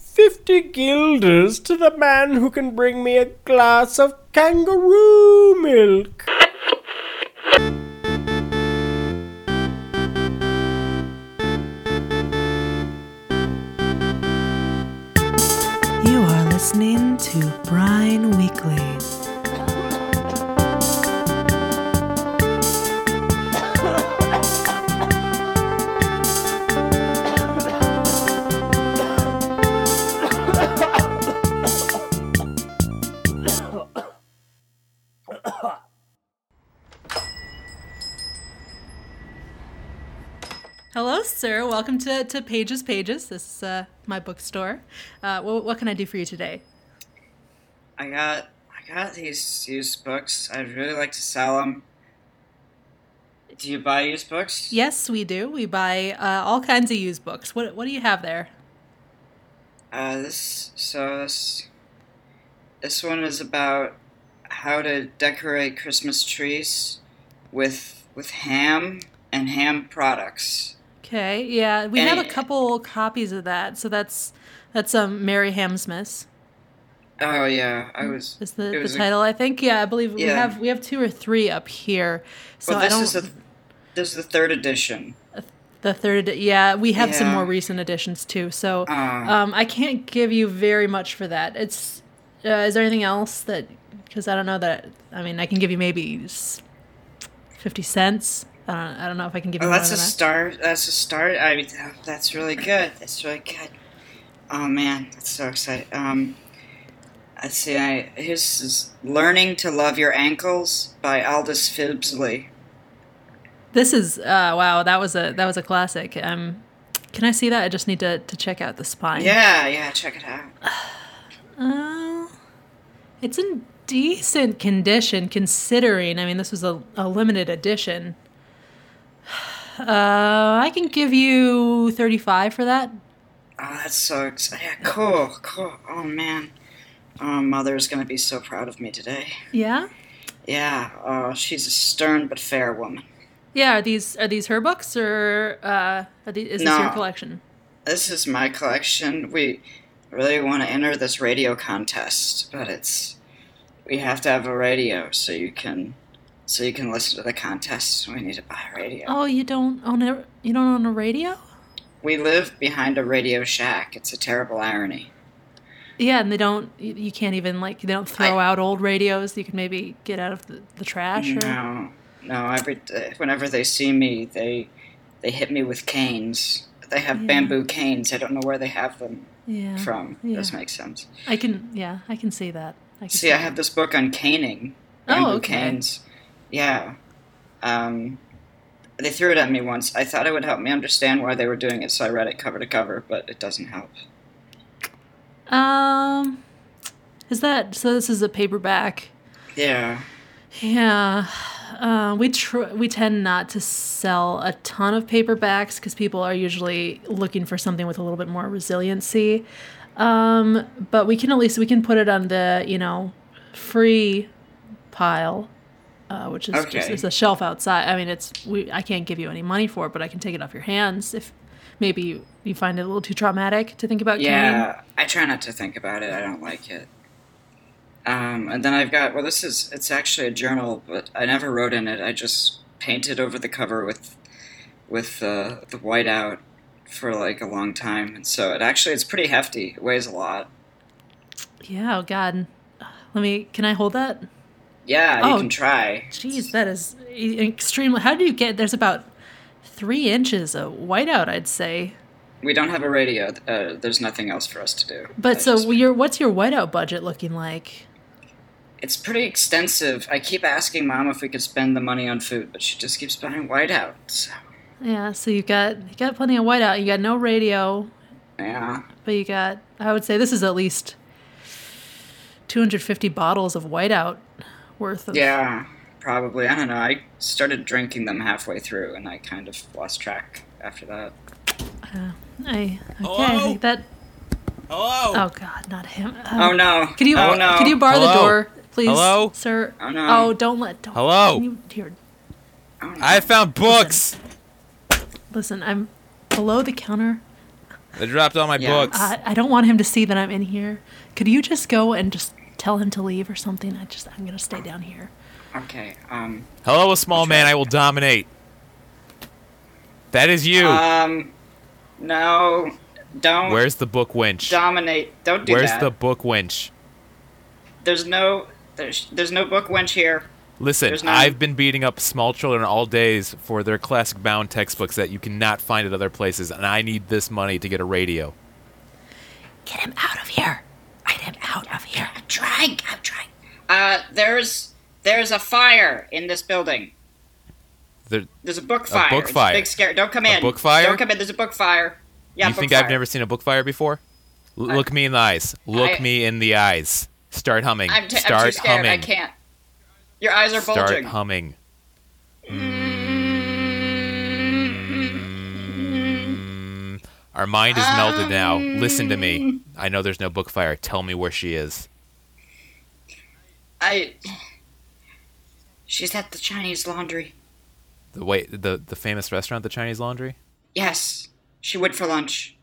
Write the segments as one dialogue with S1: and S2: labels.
S1: fifty guilders to the man who can bring me a glass of kangaroo milk.
S2: You are listening to Brine Weekly.
S3: Hello, sir. Welcome to, to Pages Pages. This is uh, my bookstore. Uh, what, what can I do for you today?
S4: I got I got these used books. I'd really like to sell them. Do you buy used books?
S3: Yes, we do. We buy uh, all kinds of used books. What, what do you have there?
S4: Uh, this so this this one is about how to decorate Christmas trees with with ham and ham products.
S3: Okay, yeah, we have a
S4: Any-
S3: couple copies of that. So that's that's um, Mary Hamsmith
S4: Oh yeah, I was.
S3: is the,
S4: it
S3: the
S4: was a-
S3: title, I think. Yeah, I believe we
S4: Yeah.
S3: have we have two or three up here. So
S4: well,
S3: I
S4: this
S3: don't
S4: is the this is the third edition.
S3: the third. Yeah, we have some
S4: Yeah.
S3: more recent additions too. So
S4: Uh,
S3: Um, I can't give you very much for that. It's uh, is there anything else that because I don't know that I mean I can give you maybe s- fifty cents. I don't, I don't know if I can give you
S4: well,
S3: more
S4: Oh, that's a
S3: than that.
S4: start. That's a start. I mean, that- that's really good. That's really good. Oh man, that's so exciting. Um, let's see. I his is "Learning to Love Your Ankles" by Aldous Fibsley.
S3: This is uh, wow. That was a that was a classic. Um, can I see that? I just need to to check out the spine.
S4: Yeah, yeah. Check it out. Oh,
S3: Uh, it's in decent condition considering. I mean, this was a, a limited edition. Uh, I can give you thirty five for that.
S4: Oh, that's so exciting. Yeah, cool, cool. Oh man, oh mother's gonna be so proud of me today.
S3: Yeah.
S4: Yeah. Oh, she's a stern but fair woman.
S3: Yeah, are these are these her books or uh, are these, is this your
S4: No.
S3: collection?
S4: This is my collection. We really want to enter this radio contest, but it's we have to have a radio so you can so you can listen to the contest. We need to buy a radio.
S3: Oh, you don't own a you don't own a radio?
S4: We live behind a radio shack. It's a terrible irony.
S3: Yeah, and they don't. You, you can't even like they don't throw out old radios. You can maybe get out of the, the trash. Or,
S4: No, no. Every whenever they see me, they they hit me with canes. They have
S3: Yeah.
S4: bamboo canes. I don't know where they have them
S3: yeah,
S4: from. This
S3: yeah.
S4: makes sense.
S3: I can. Yeah, I can see that. I can
S4: See, I have this book on caning.
S3: Oh,
S4: Bamboo
S3: okay.
S4: Canes. Yeah. Um, they threw it at me once. I thought it would help me understand why they were doing it, so I read it cover to cover, but it doesn't help.
S3: that. Um, is that so? This is a paperback.
S4: Yeah.
S3: Yeah, uh, we tr- we tend not to sell a ton of paperbacks because people are usually looking for something with a little bit more resiliency. Um, but we can at least we can put it on the you know free pile, uh, which is just
S4: Okay.
S3: it's a shelf outside. I mean, it's we I can't give you any money for it, but I can take it off your hands if maybe you, you find it a little too traumatic to think about. carrying.
S4: Yeah. I try not to think about it. I don't like it. Um, and then I've got, well, this is, it's actually a journal, but I never wrote in it. I just painted over the cover with, with uh, the whiteout for like a long time. And so it actually, it's pretty hefty. It weighs a lot.
S3: yeah. Oh God, let me. Can I hold that?
S4: Yeah, you
S3: Oh.
S4: can try.
S3: Jeez, that is extremely. How do you get? There's about three inches of whiteout, I'd say.
S4: We don't have a radio. Uh, there's nothing else for us to do.
S3: But
S4: I
S3: so,
S4: just-
S3: your what's your whiteout budget looking like?
S4: it's pretty extensive. I keep asking mom if we could spend the money on food, but she just keeps buying whiteout. So,
S3: Yeah, so you've got you got plenty of whiteout. You got no radio,
S4: yeah,
S3: but you got. I would say this is at least two hundred fifty bottles of whiteout worth of.
S4: yeah, probably. I don't know. I started drinking them halfway through, and I kind of lost track after that.
S3: I, okay, I
S5: Hello?
S3: think that.
S5: Hello.
S3: Oh God, not him. Um,
S4: Oh no!
S3: Could you
S4: Oh no!
S3: could you bar the
S5: Hello?
S3: door, please,
S5: Hello?
S3: sir?
S4: Oh, no.
S3: Oh, don't let. Don't,
S5: Hello?
S3: can You, here,
S4: Oh, no.
S5: I found books.
S3: Listen, Uh, I'm below the counter.
S5: They dropped all my
S4: Yeah.
S5: books.
S3: I, I don't want him to see that I'm in here. Could you just go and just tell him to leave or something? I just I'm gonna stay down here.
S4: Okay. Um.
S5: Hello, a small man. I will dominate. That is you.
S4: Um. No. Don't
S5: Where's the book winch?
S4: dominate. Don't do
S5: Where's
S4: that.
S5: the book winch?
S4: There's no. There's there's no book wench here.
S5: Listen,
S4: There's none.
S5: I've been beating up small children all days for their classic bound textbooks that you cannot find at other places, and I need this money to get a radio.
S3: Get him out of here. Get him out of here.
S4: I'm trying. I'm trying. Uh. There's there's a fire in this building.
S5: There,
S4: There's a book fire.
S5: book
S4: It's
S5: fire.
S4: big scare. Don't come in.
S5: book fire?
S4: Don't come in. There's a book fire. Yeah.
S5: you
S4: book
S5: think
S4: fire.
S5: I've never seen a book fire before? L- look me in the eyes. Look
S4: I-
S5: me in the eyes. Start humming.
S4: I'm, t-
S5: Start
S4: I'm too scared.
S5: humming.
S4: I can't. Your eyes are
S5: Start
S4: bulging.
S5: humming. Mm. Our mind is melted now. Listen to me. I know there's no book fire. Tell me where she is.
S4: I. She's at the Chinese laundry.
S5: The wait, the the famous restaurant, the Chinese Laundry.
S4: Yes, she went for lunch.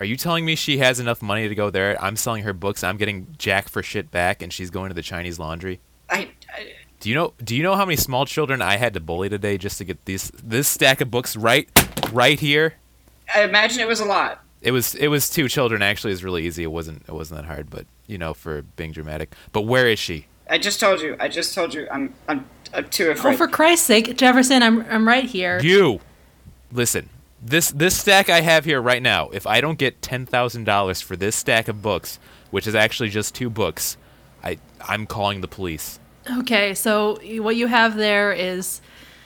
S5: Are you telling me she has enough money to go there? I'm selling her books. I'm getting jack for shit back, and she's going to the Chinese Laundry.
S4: I, I
S5: Do you know? Do you know how many small children I had to bully today just to get these this stack of books right, right here?
S4: I imagine it was a lot.
S5: it was it was two children actually it was really easy it wasn't it wasn't that hard but you know for being dramatic but where is she
S4: I just told you. I just told you. I'm I'm, I'm too
S3: Oh,
S4: afraid.
S3: for Christ's sake, Jefferson, I'm I'm right here.
S5: you listen this this stack i have here right now if i don't get $10000 for this stack of books which is actually just two books i i'm calling the police
S3: Okay, so what you have there is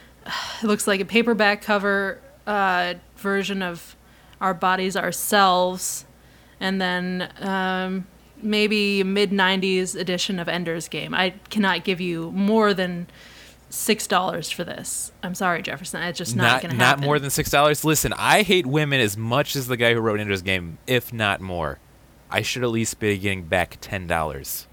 S3: it looks like a paperback cover uh, version of our bodies ourselves, and then um, maybe mid '90s edition of Ender's Game. I cannot give you more than six dollars for this. I'm sorry, Jefferson. It's just not,
S5: not
S3: going to
S5: not
S3: happen.
S5: more than six dollars listen i hate women as much as the guy who wrote ender's game if not more i should at least be getting back ten dollars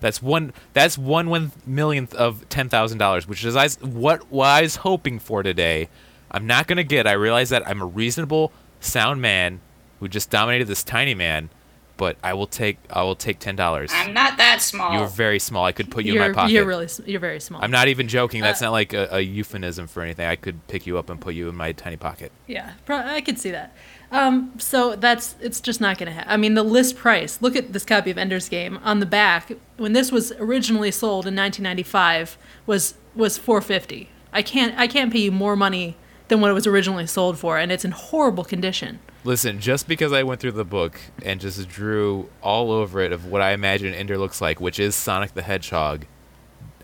S5: That's one. That's one one millionth of ten thousand dollars, which is I, what, what I was hoping for today. I'm not gonna get. I realize that I'm a reasonable, sound man who just dominated this tiny man, but I will take. I will take ten dollars.
S4: I'm not that small.
S5: You're very small. I could put you
S3: You're,
S5: in my pocket.
S3: you're really s- you're very small.
S5: I'm not even joking. That's not like a, a euphemism for anything. I could pick you up and put you in my tiny pocket.
S3: Yeah, pro- I could see that. Um, so that's it's just not going to happen. I mean, the list price. Look at this copy of Ender's Game on the back. When this was originally sold in 1995, was was 450. I can't I can't pay you more money than what it was originally sold for, and it's in horrible condition.
S5: Listen, just because I went through the book and just drew all over it of what I imagine Ender looks like, which is Sonic the Hedgehog,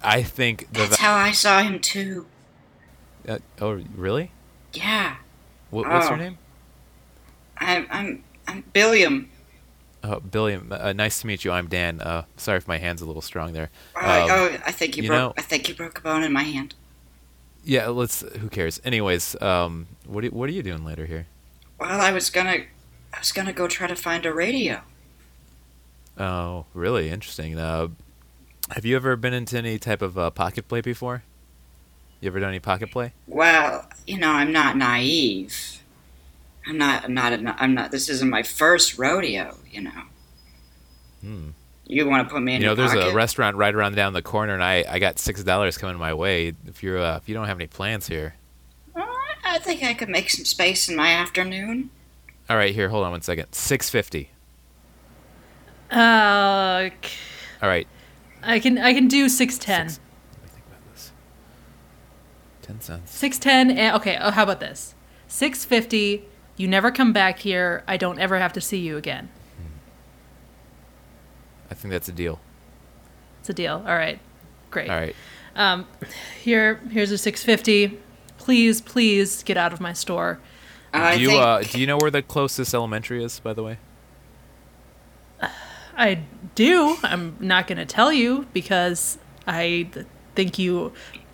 S5: I think the
S4: That's how I saw him too.
S5: Uh, oh, really?
S4: Yeah.
S5: What, what's
S4: Oh.
S5: her name?
S4: I'm I'm I'm Billiam.
S5: Oh, Billy. Uh, nice to meet you. I'm Dan. Uh, sorry if my hand's a little strong there.
S4: Uh,
S5: Um,
S4: oh, I think you,
S5: you
S4: broke.
S5: know-
S4: I think you broke a bone in my hand.
S5: Yeah, let's. Who cares? Anyways, um, what do, what are you doing later here?
S4: Well, I was gonna, I was gonna go try to find a radio.
S5: Oh, really interesting. Uh, have you ever been into any type of uh, pocket play before? You ever done any pocket play?
S4: Well, you know, I'm not naive. I'm not. I'm not. A, I'm not. This isn't my first rodeo. You know. You want to put me in
S5: Hmm. you know,
S4: your
S5: there's a
S4: pocket?
S5: restaurant right around down the corner, and I, I got six dollars coming my way. If you're uh, if you don't have any plans here,
S4: Well, I think I could make some space in my afternoon.
S5: all right, here, hold on one second. Six fifty.
S3: Uh, c-
S5: All right,
S3: I can I can do 610.
S5: Six- Let me think about this. Ten cents.
S3: 610 and okay, oh how about this? 650. You never come back here. I don't ever have to see you again.
S5: I think that's a deal.
S3: It's a deal. All right. Great.
S5: All right.
S3: Um, here here's a 650 please please get out of my store
S4: I
S5: do you
S4: think
S5: uh, do you know where the closest elementary is, by the way?
S3: i do i'm not going to tell you because i th- think you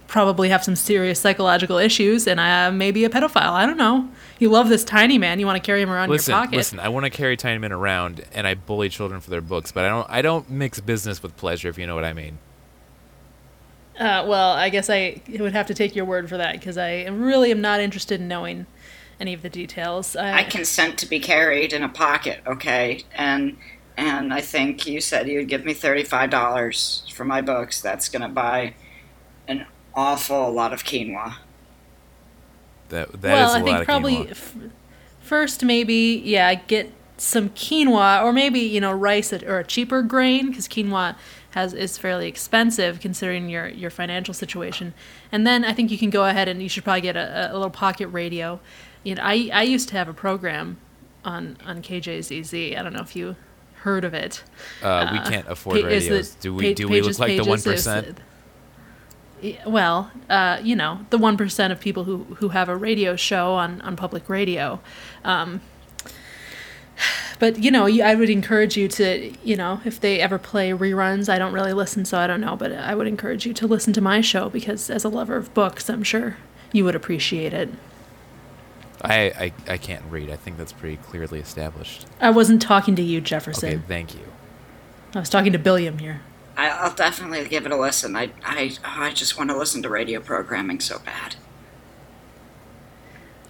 S3: probably have some serious psychological issues and i uh, may be a pedophile i don't know you love this tiny man you want to carry him around
S5: Listen,
S3: in your pocket
S5: listen. I want to carry tiny men around, and I bully children for their books, but I don't. I don't mix business with pleasure, if you know what I mean.
S3: Uh, well i guess i would have to take your word for that because i really am not interested in knowing any of the details. I,
S4: I consent to be carried in a pocket, okay? And and I think you said you'd give me thirty-five dollars for my books. That's gonna buy an awful lot of quinoa.
S5: That that is
S3: well,
S5: a
S3: I
S5: lot
S3: think
S5: of
S3: probably
S5: quinoa.
S3: f- first maybe yeah get some quinoa or maybe you know rice at- or a cheaper grain because quinoa has is fairly expensive considering your your financial situation. And then I think you can go ahead and you should probably get a, a little pocket radio. You know, I I used to have a program on on KJZZ. I don't know if you heard of it.
S5: Uh, we can't afford
S3: Pa- is the
S5: radios. Do
S3: pa-
S5: we? Do we look
S3: pages-
S5: like the one
S3: pages is-
S5: percent?
S3: Yeah, Well, uh, you know, the one percent of people who who have a radio show on on public radio. Um, but you know, you, I would encourage you to, you know, if they ever play reruns. I don't really listen, so I don't know. But I would encourage you to listen to my show because, as a lover of books, I'm sure you would appreciate it.
S5: I, I I can't read. I think that's pretty clearly established.
S3: I wasn't talking to you,
S5: Okay,
S3: Jefferson.
S5: thank you.
S3: I was talking to Billiam here.
S4: I, I'll definitely give it a listen. I I oh, I just want to listen to radio programming so bad.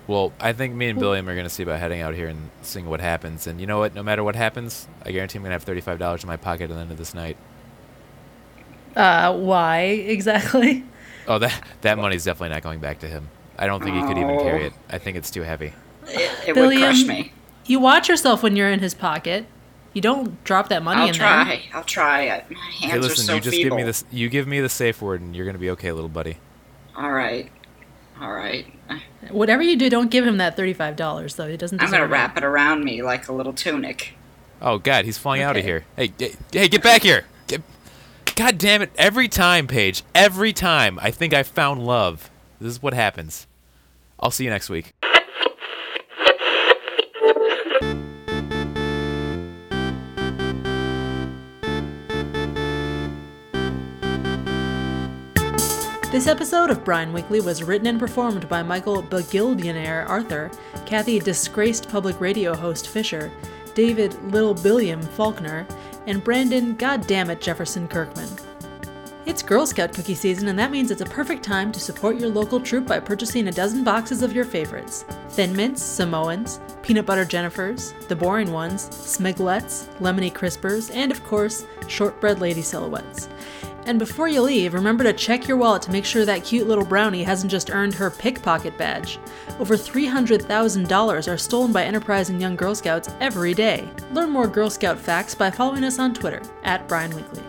S5: Well, I think me and Billiam are gonna see about heading out here and seeing what happens. And you know what? No matter what happens, I guarantee I'm gonna have thirty-five dollars in my pocket at the end of this night.
S3: Uh, why exactly?
S5: Oh, that that money's definitely not going back to him. I don't think he could even carry it. I think it's too heavy.
S4: It, it would
S3: Billiam,
S4: crush me.
S3: You watch yourself when you're in his pocket. You don't drop that money
S4: I'll
S3: in there.
S4: try. I'll try. I- My hands
S5: hey,
S4: are
S5: listen,
S4: so
S5: you just give
S4: feeble.
S5: me this. You give me the safe word, and you're gonna be okay, little buddy.
S4: All right, all right.
S3: Whatever you do, don't give him that thirty-five dollars though. He doesn't.
S4: I'm gonna
S3: deserve it.
S4: wrap it around me like a little tunic.
S5: Oh God, he's flying out of
S3: Okay.
S5: here. Hey, g- hey, get back here! Get, God damn it! Every time, Paige. Every time. I think I found love. This is what happens. I'll see you next week.
S3: This episode of Brine Weekly was written and performed by Michael Bagildionaire Arthur, Kathy Disgraced Public Radio host Fisher, David Little Billiam Faulkner, and Brandon Goddammit Jefferson Kirkman. It's Girl Scout cookie season, and that means it's a perfect time to support your local troop by purchasing a dozen boxes of your favorites Thin Mints, Samoans, Peanut Butter Jennifers, The Boring Ones, Smiglets, Lemony Crispers, and of course, Shortbread Lady Silhouettes. And before you leave, remember to check your wallet to make sure that cute little brownie hasn't just earned her pickpocket badge. Over $300,000 are stolen by enterprising young Girl Scouts every day. Learn more Girl Scout facts by following us on Twitter at Brian Weekly.